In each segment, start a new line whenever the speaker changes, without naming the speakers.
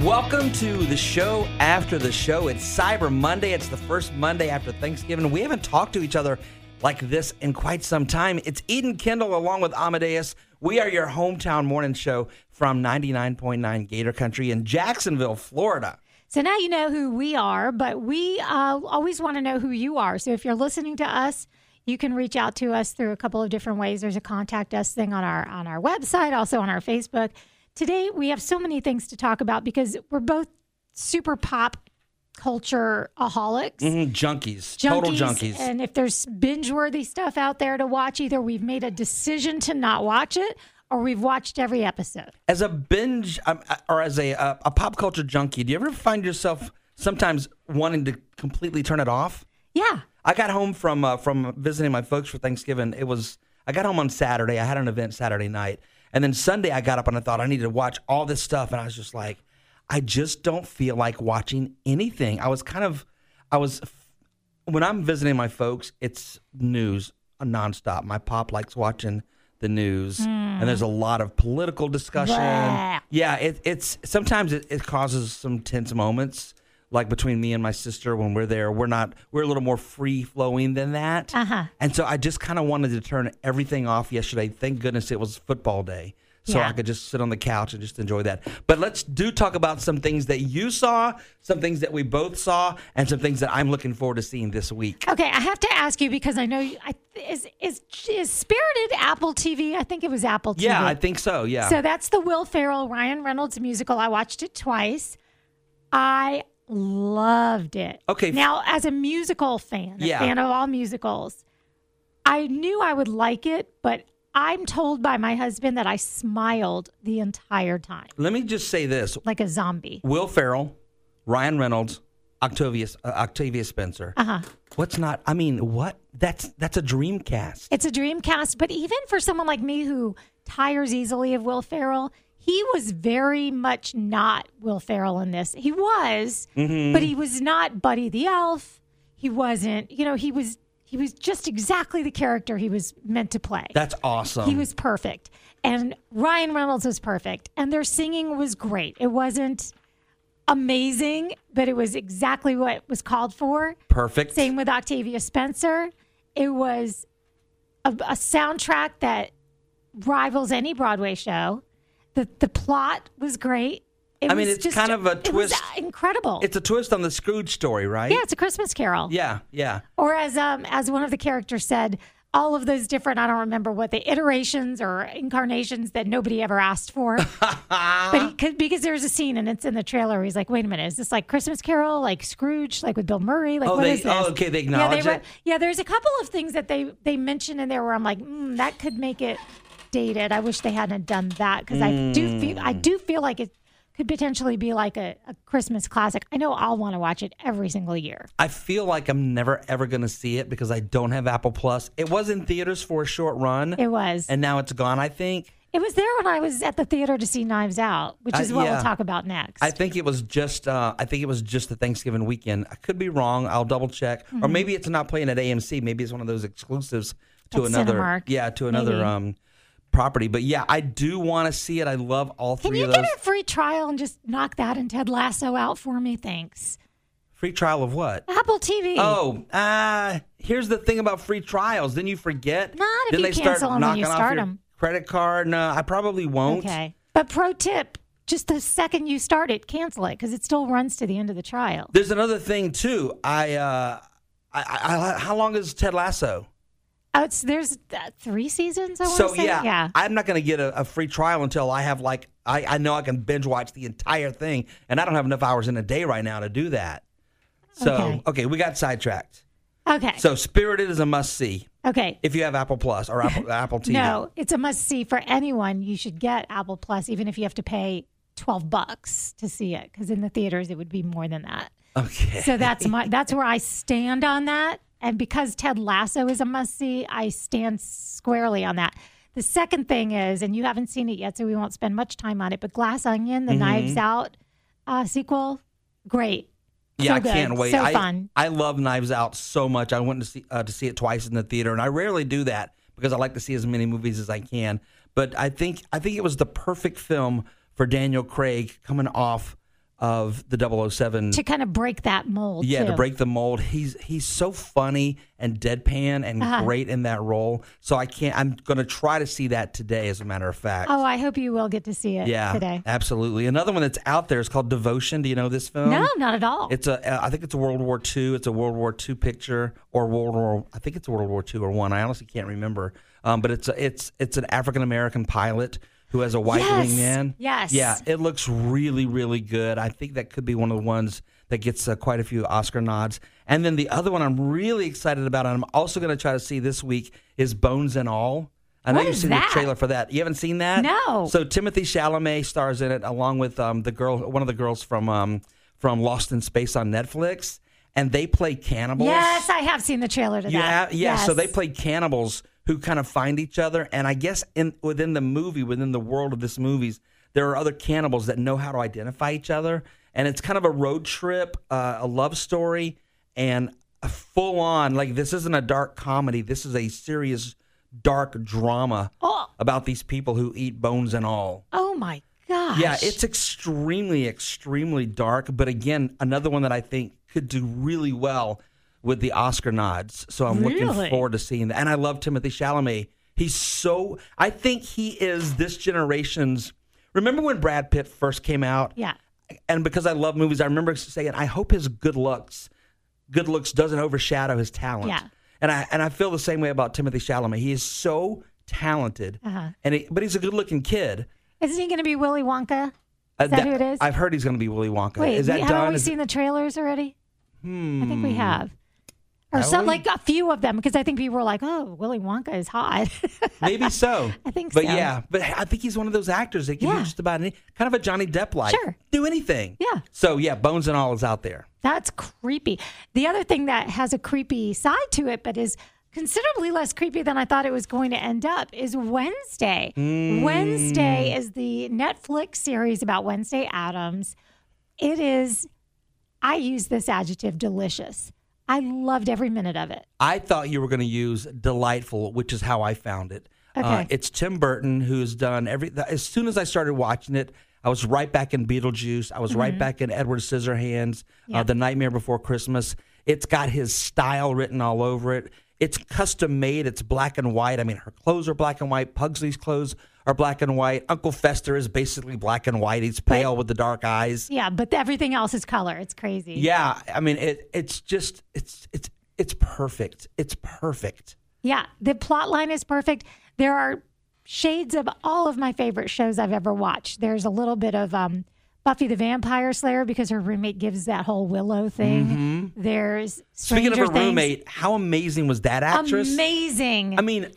Welcome to the show after the show. It's Cyber Monday. It's the first Monday after Thanksgiving. We haven't talked to each other like this in quite some time. It's Eden Kendall along with Amadeus. We are your hometown morning show from 99.9 Gator Country in Jacksonville, Florida.
So now you know who we are, but we uh, always want to know who you are. So if you're listening to us, you can reach out to us through a couple of different ways. There's a contact us thing on our on our website, also on our Facebook. Today we have so many things to talk about because we're both super pop culture aholics.
Mm, junkies, total junkies.
And if there's binge worthy stuff out there to watch, either we've made a decision to not watch it or we've watched every episode.
as a binge um, or as a, a a pop culture junkie, do you ever find yourself sometimes wanting to completely turn it off?
Yeah.
I got home from uh, from visiting my folks for Thanksgiving. It was I got home on Saturday. I had an event Saturday night, and then Sunday I got up and I thought I needed to watch all this stuff, and I was just like, I just don't feel like watching anything. I was kind of, I was, when I'm visiting my folks, it's news nonstop. My pop likes watching the news, and there's a lot of political discussion.
Bleh.
Yeah, it, it's sometimes it, it causes some tense moments, like between me and my sister when we're there. We're not we're a little more free flowing than that,
Uh-huh.
and so I just kind of wanted to turn everything off yesterday. Thank goodness it was football day, so
Yeah.
I could just sit on the couch and just enjoy that. But let's do talk about some things that you saw, some things that we both saw, and some things that I'm looking forward to seeing this week.
Okay, I have to ask you because I know you, I, is is is Spirited Apple TV? I think it was Apple TV.
Yeah, I think so. Yeah.
Mm-hmm. So that's the Will Ferrell Ryan Reynolds musical. I watched it twice. I loved it.
Okay.
Now, as a musical fan,
Yeah.
a fan of all musicals, I knew I would like it, but I'm told by my husband that I smiled the entire time,
Let me just say this:
like a zombie.
Will Farrell, Ryan Reynolds, Octavius uh, Octavia Spencer.
Uh huh.
What's not? I mean, what? That's that's a dream cast.
It's a dream cast, but even for someone like me who tires easily of Will Ferrell, he was very much not Will Ferrell in this. He was, but he was not Buddy the Elf. He wasn't, you know, he was he was just exactly the character he was meant to play.
That's awesome.
he was perfect. And Ryan Reynolds was perfect. And their singing was great. It wasn't amazing, but it was exactly what was called for.
perfect.
Same with Octavia Spencer. It was a, a soundtrack that rivals any Broadway show. The the plot was great. It
I mean,
was
it's kind of a
it was
twist.
incredible.
It's a twist on the Scrooge story, right?
yeah, it's a Christmas Carol.
Yeah, yeah.
Or as um as one of the characters said, all of those different I don't remember what the iterations or incarnations that nobody ever asked for. but he could, because there's a scene and it's in the trailer. Where he's like, wait a minute, is this like Christmas Carol, like Scrooge, like with Bill Murray? Like
Oh,
what
they-
is this?
oh, okay, they
yeah,
acknowledge
were-
it?
yeah, there's a couple of things that they they mention in there where I'm like, mm, that could make it dated. I wish they hadn't done that because I do feel
Hmm.
I do feel like it could potentially be like a, a Christmas classic. I know I'll want to watch it every single year.
I feel like I'm never ever going to see it because I don't have Apple Plus. It was in theaters for a short run,
It was.
and now it's gone. I think.
It was there when I was at the theater to see Knives Out, which
I-
is what
yeah.
we'll talk about next.
I think it was just. Uh, I think it was just the Thanksgiving weekend. I could be wrong. I'll double check, or
Mm-hmm.
maybe it's not playing at AMC. Maybe it's one of those exclusives to
At
another.
Cinemark,
Yeah, to another
maybe.
um, property. But yeah, I do want to see it. I love all
Can
three
you
of those.
get a free trial and just knock that and Ted Lasso out for me? Thanks.
Free trial of what?
Apple TV.
Oh, uh, here's the thing about free trials. Then you forget.
Not if
then
you
they
cancel
start
'em when you
knocking off
start
your
'em.
Credit card? No, I probably won't.
Okay. But pro tip just the second you start it, cancel it because it still runs to the end of the trial.
There's another thing too. I, uh, I, I, I how long is Ted Lasso?
Oh, it's, there's uh, three seasons, I want to
So
say.
yeah, I'm not going to get a, a free trial until I have like I, I know I can binge watch the entire thing, and I don't have enough hours in a day right now to do that. So
Okay.
okay we got sidetracked.
Okay.
So Spirited is a must see
okay.
if you have Apple Plus or Apple Apple TV.
No, it's a must see for anyone. You should get Apple Plus, even if you have to pay 12 bucks to see it because in the theaters it would be more than that.
Okay.
So that's my that's where I stand on that. And because Ted Lasso is a must see, I stand squarely on that. The second thing is, and you haven't seen it yet, so we won't spend much time on it. But Glass Onion,
Mm-hmm.
the Knives Out uh, sequel, great.
Yeah,
So
I
good.
can't wait.
So
I,
fun.
I love Knives Out so much. I went to see uh, to see it twice in the theater, and I rarely do that because I like to see as many movies as I can. But I think I think it was the perfect film for Daniel Craig coming off of the 007
to kind of break that mold.
yeah, to
too.
break the mold. He's he's so funny and deadpan and
Uh-huh.
great in that role. So I can't. I'm gonna try to see that today. As a matter of fact.
Oh, I hope you will get to see it
yeah.
today.
Absolutely. Another one that's out there is called Devotion. Do you know this film?
No, not at all.
Um, It's a. uh, I think it's a World War II. It's a World War II picture or World War. I think it's World War II or one. I honestly can't remember. Um, but it's a, it's it's an African American pilot who has a white
Yes.
wingman.
Yes.
Yeah. It looks really really good. I think that could be one of the ones that gets uh, quite a few Oscar nods. And then the other one I'm really excited about, and I'm also going to try to see this week is Bones and All. I know
What
you've
is
seen the
that?
trailer for that. You haven't seen that?
No.
So Timothy Chalamet stars in it, along with um, the girl, one of the girls from um, from Lost in Space on Netflix, and they play cannibals.
yes, I have seen the trailer to
You
that.
have- yeah. So
Yes.
they play cannibals who kind of find each other, and I guess in within the movie, within the world of this movies, there are other cannibals that know how to identify each other, and it's kind of a road trip, uh, a love story, and a full on like this isn't a dark comedy. This is a serious dark drama
Oh.
about these people who eat bones and all.
Oh my gosh.
Yeah, it's extremely, extremely dark. But again, another one that I think could do really well with the Oscar nods. So I'm
Really?
looking forward to seeing that. And I love Timothy Chalamet. He's so. I think he is this generation's. Remember when Brad Pitt first came out?
Yeah.
And because I love movies, I remember saying, "I hope his good looks, good looks doesn't overshadow his talent."
Yeah.
And I and I feel the same way about Timothy Chalamet. He is so talented,
Uh-huh.
and he, but he's a good-looking kid.
Isn't he going to be Willy Wonka?
Uh,
that who it is?
I've heard he's going to be Willy Wonka.
Wait,
is that
we, haven't
done?
we
Is-
seen the trailers already? Hmm. I think we have. Or
Have
some,
we?
like a few of them, because I think people were like, "Oh, Willy Wonka is hot."
maybe so.
I think
but
so.
But yeah, but I think he's one of those actors that can
Yeah.
do just about any kind of a Johnny Depp like
Sure.
do anything.
Yeah.
So yeah, Bones and All is out there.
That's creepy. The other thing that has a creepy side to it, but is considerably less creepy than I thought it was going to end up, is Wednesday.
Hmm.
Wednesday is the Netflix series about Wednesday Adams. It is, I use this adjective, delicious. I loved every minute of it.
I thought you were going to use delightful, which is how I found it. Uh,
Okay.
it's Tim Burton who's done every. As soon as I started watching it, I was right back in Beetlejuice. I was right back in Edward Scissorhands, uh, The Nightmare Before Christmas. It's got his style written all over it. It's custom made. It's black and white. I mean, her clothes are black and white. Pugsley's clothes are black and white. Uncle Fester is basically black and white. He's pale with the dark eyes.
Yeah, but everything else is color. It's crazy.
Yeah, I mean, it. It's just. It's. It's. It's perfect. It's perfect.
Yeah, the plot line is perfect. There are shades of all of my favorite shows I've ever watched. There's a little bit of um, Buffy the Vampire Slayer because her roommate gives that whole Willow thing. There's
Mm-hmm. Speaking
Stranger
of her
Things.
roommate, how amazing was that actress?
amazing,
I mean,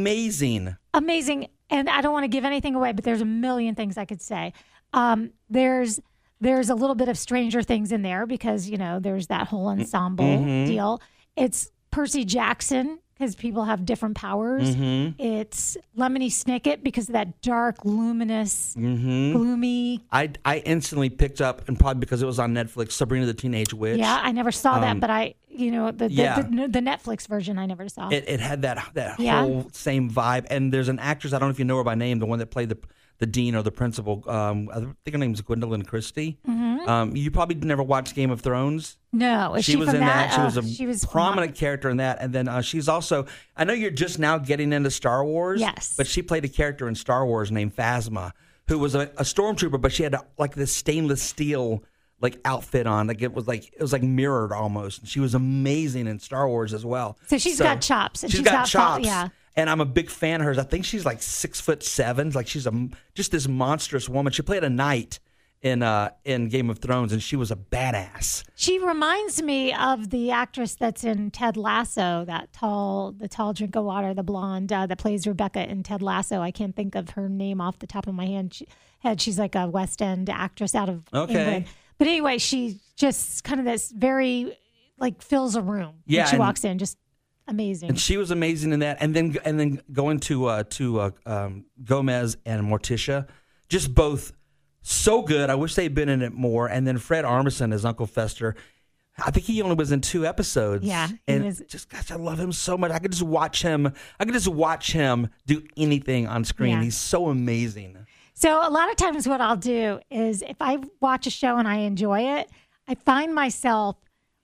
amazing.
amazing. And I don't want to give anything away, but there's a million things I could say. Um, there's there's a little bit of Stranger Things in there because you know there's that whole
Mm,
ensemble
mm-hmm.
deal. It's Percy Jackson because people have different powers.
Mm-hmm.
It's Lemony Snicket because of that dark, luminous,
Mm-hmm.
gloomy.
I, I instantly picked up, and probably because it was on Netflix, Sabrina the Teenage Witch.
Yeah, I never saw that, but I, you know, the the,
um, yeah.
the the Netflix version I never saw.
It, it had that that
Yeah.
whole same vibe. And there's an actress, I don't know if you know her by name, the one that played the the dean or the principal. Um, I think her name's Gwendolyn Christie.
Mm-hmm.
Um, you probably never watched Game of Thrones.
no, is she,
she, was
from
in that. She
Oh,
was a
she was
prominent character in that, and then uh, she's also. I know you're just now getting into Star Wars.
Yes.
but she played a character in Star Wars named Phasma, who was a, a stormtrooper, but she had a, like this stainless steel like outfit on, like it was like it was like mirrored almost. And she was amazing in Star Wars as well.
So she's got chops, and
she's
she's
got
not tall-
chops.
yeah.
And I'm a big fan of hers. I think she's like six foot seven. Like she's a m- just this monstrous woman. She played a knight in uh in Game of Thrones, and she was a badass.
She reminds me of the actress that's in Ted Lasso, that tall, the tall drink of water, the blonde uh, that plays Rebecca in Ted Lasso. I can't think of her name off the top of my hand. She, head. She's like a West End actress out of
Okay.
England. But anyway, she just kind of this very like fills a room
Yeah,
when she
and-
walks in, just amazing.
And she was amazing in that. And then and then going to uh, to uh, um, Gomez and Morticia, just both so good. I wish they'd been in it more. And then Fred Armisen as Uncle Fester. I think he only was in two episodes.
Yeah, he
and
was-
just gosh, I love him so much. I could just watch him. I could just watch him do anything on screen.
Yeah.
He's so amazing.
So a lot of times, what I'll do is if I watch a show and I enjoy it, I find myself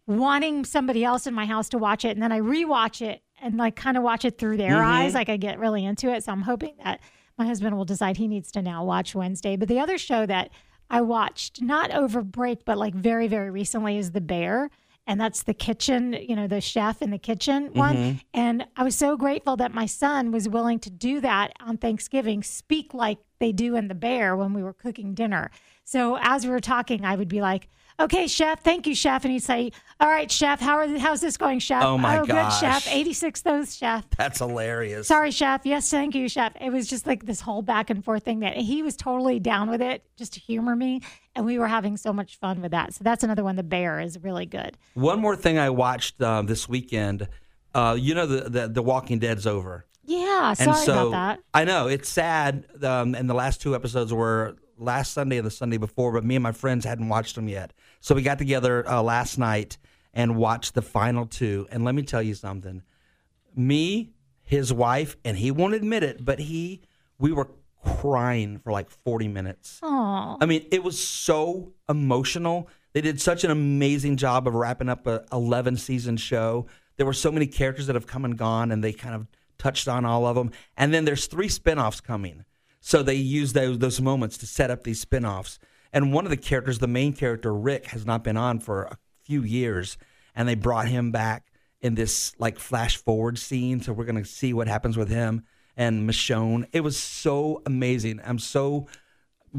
wanting somebody else in my house to watch it, and then I rewatch it and like kind of watch it through their eyes. Like I get really into it. So I'm hoping that my husband will decide he needs to now watch Wednesday. But the other show that I watched not over break, but like very very recently is The Bear. And that's the kitchen, you know, the chef in the kitchen
Mm-hmm.
one. And I was so grateful that my son was willing to do that on Thanksgiving, speak like they do in The Bear when we were cooking dinner. So as we were talking, I would be like, okay, chef, thank you, chef. And he'd say, all right, chef, how are, how's this going, chef?
Oh, my
good, chef.
gosh.
86 those, chef.
That's hilarious.
Sorry, chef. Yes, thank you, chef. It was just like this whole back and forth thing that he was totally down with it, just to humor me. And we were having so much fun with that. So that's another one. The bear is really good.
One more thing I watched uh, this weekend. Uh, you know, the, the the Walking Dead's over.
Yeah.
And
Sorry
so
about that.
I know it's sad. Um, and the last two episodes were last Sunday and the Sunday before, but me and my friends hadn't watched them yet. So we got together uh, last night and watched the final two. And let me tell you something. Me, his wife, and he won't admit it, but he, we were crying for like 40 minutes.
Oh,
I mean, it was so emotional. They did such an amazing job of wrapping up a 11 season show. There were so many characters that have come and gone, and they kind of touched on all of them. And then there's three spinoffs coming, so they use those those moments to set up these spinoffs. And one of the characters, the main character Rick, has not been on for a few years, and they brought him back in this like flash forward scene. So we're gonna see what happens with him and Michonne. It was so amazing. I'm so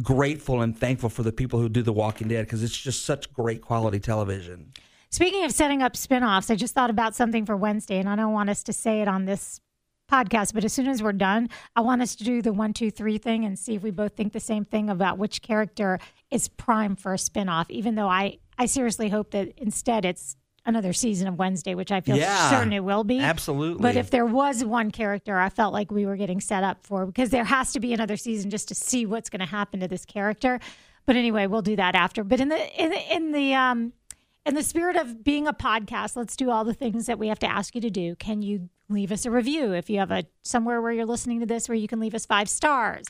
grateful and thankful for the people who do The Walking Dead because it's just such great quality television.
Speaking of setting up spin-offs, I just thought about something for Wednesday, and I don't want us to say it on this podcast, but as soon as we're done, I want us to do the one, two, three thing and see if we both think the same thing about which character is prime for a spin-off, even though I, I seriously hope that instead it's another season of Wednesday, which I feel
Yeah.
certain it will be.
Absolutely.
But if there was one character I felt like we were getting set up for, because there has to be another season just to see what's going to happen to this character. But anyway, we'll do that after. But in the in the, in the um in the spirit of being a podcast, let's do all the things that we have to ask you to do. Can you leave us a review if you have a somewhere where you're listening to this where you can leave us five stars?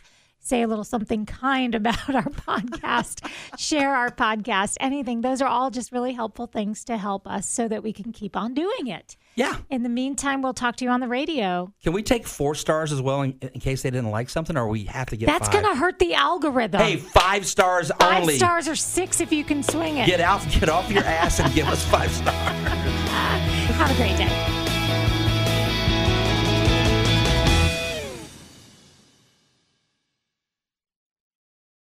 Say a little something kind about our podcast, share our podcast, anything. Those are all just really helpful things to help us so that we can keep on doing it.
yeah,
In the meantime, we'll talk to you on the radio.
can we take four stars as well in, in case they didn't like something, or we have to get
That's
five?
going to hurt the algorithm.
hey, five stars
Five
only.
stars or six if you can swing it.
Get out, get off your ass, and give us five stars.
Have a great day.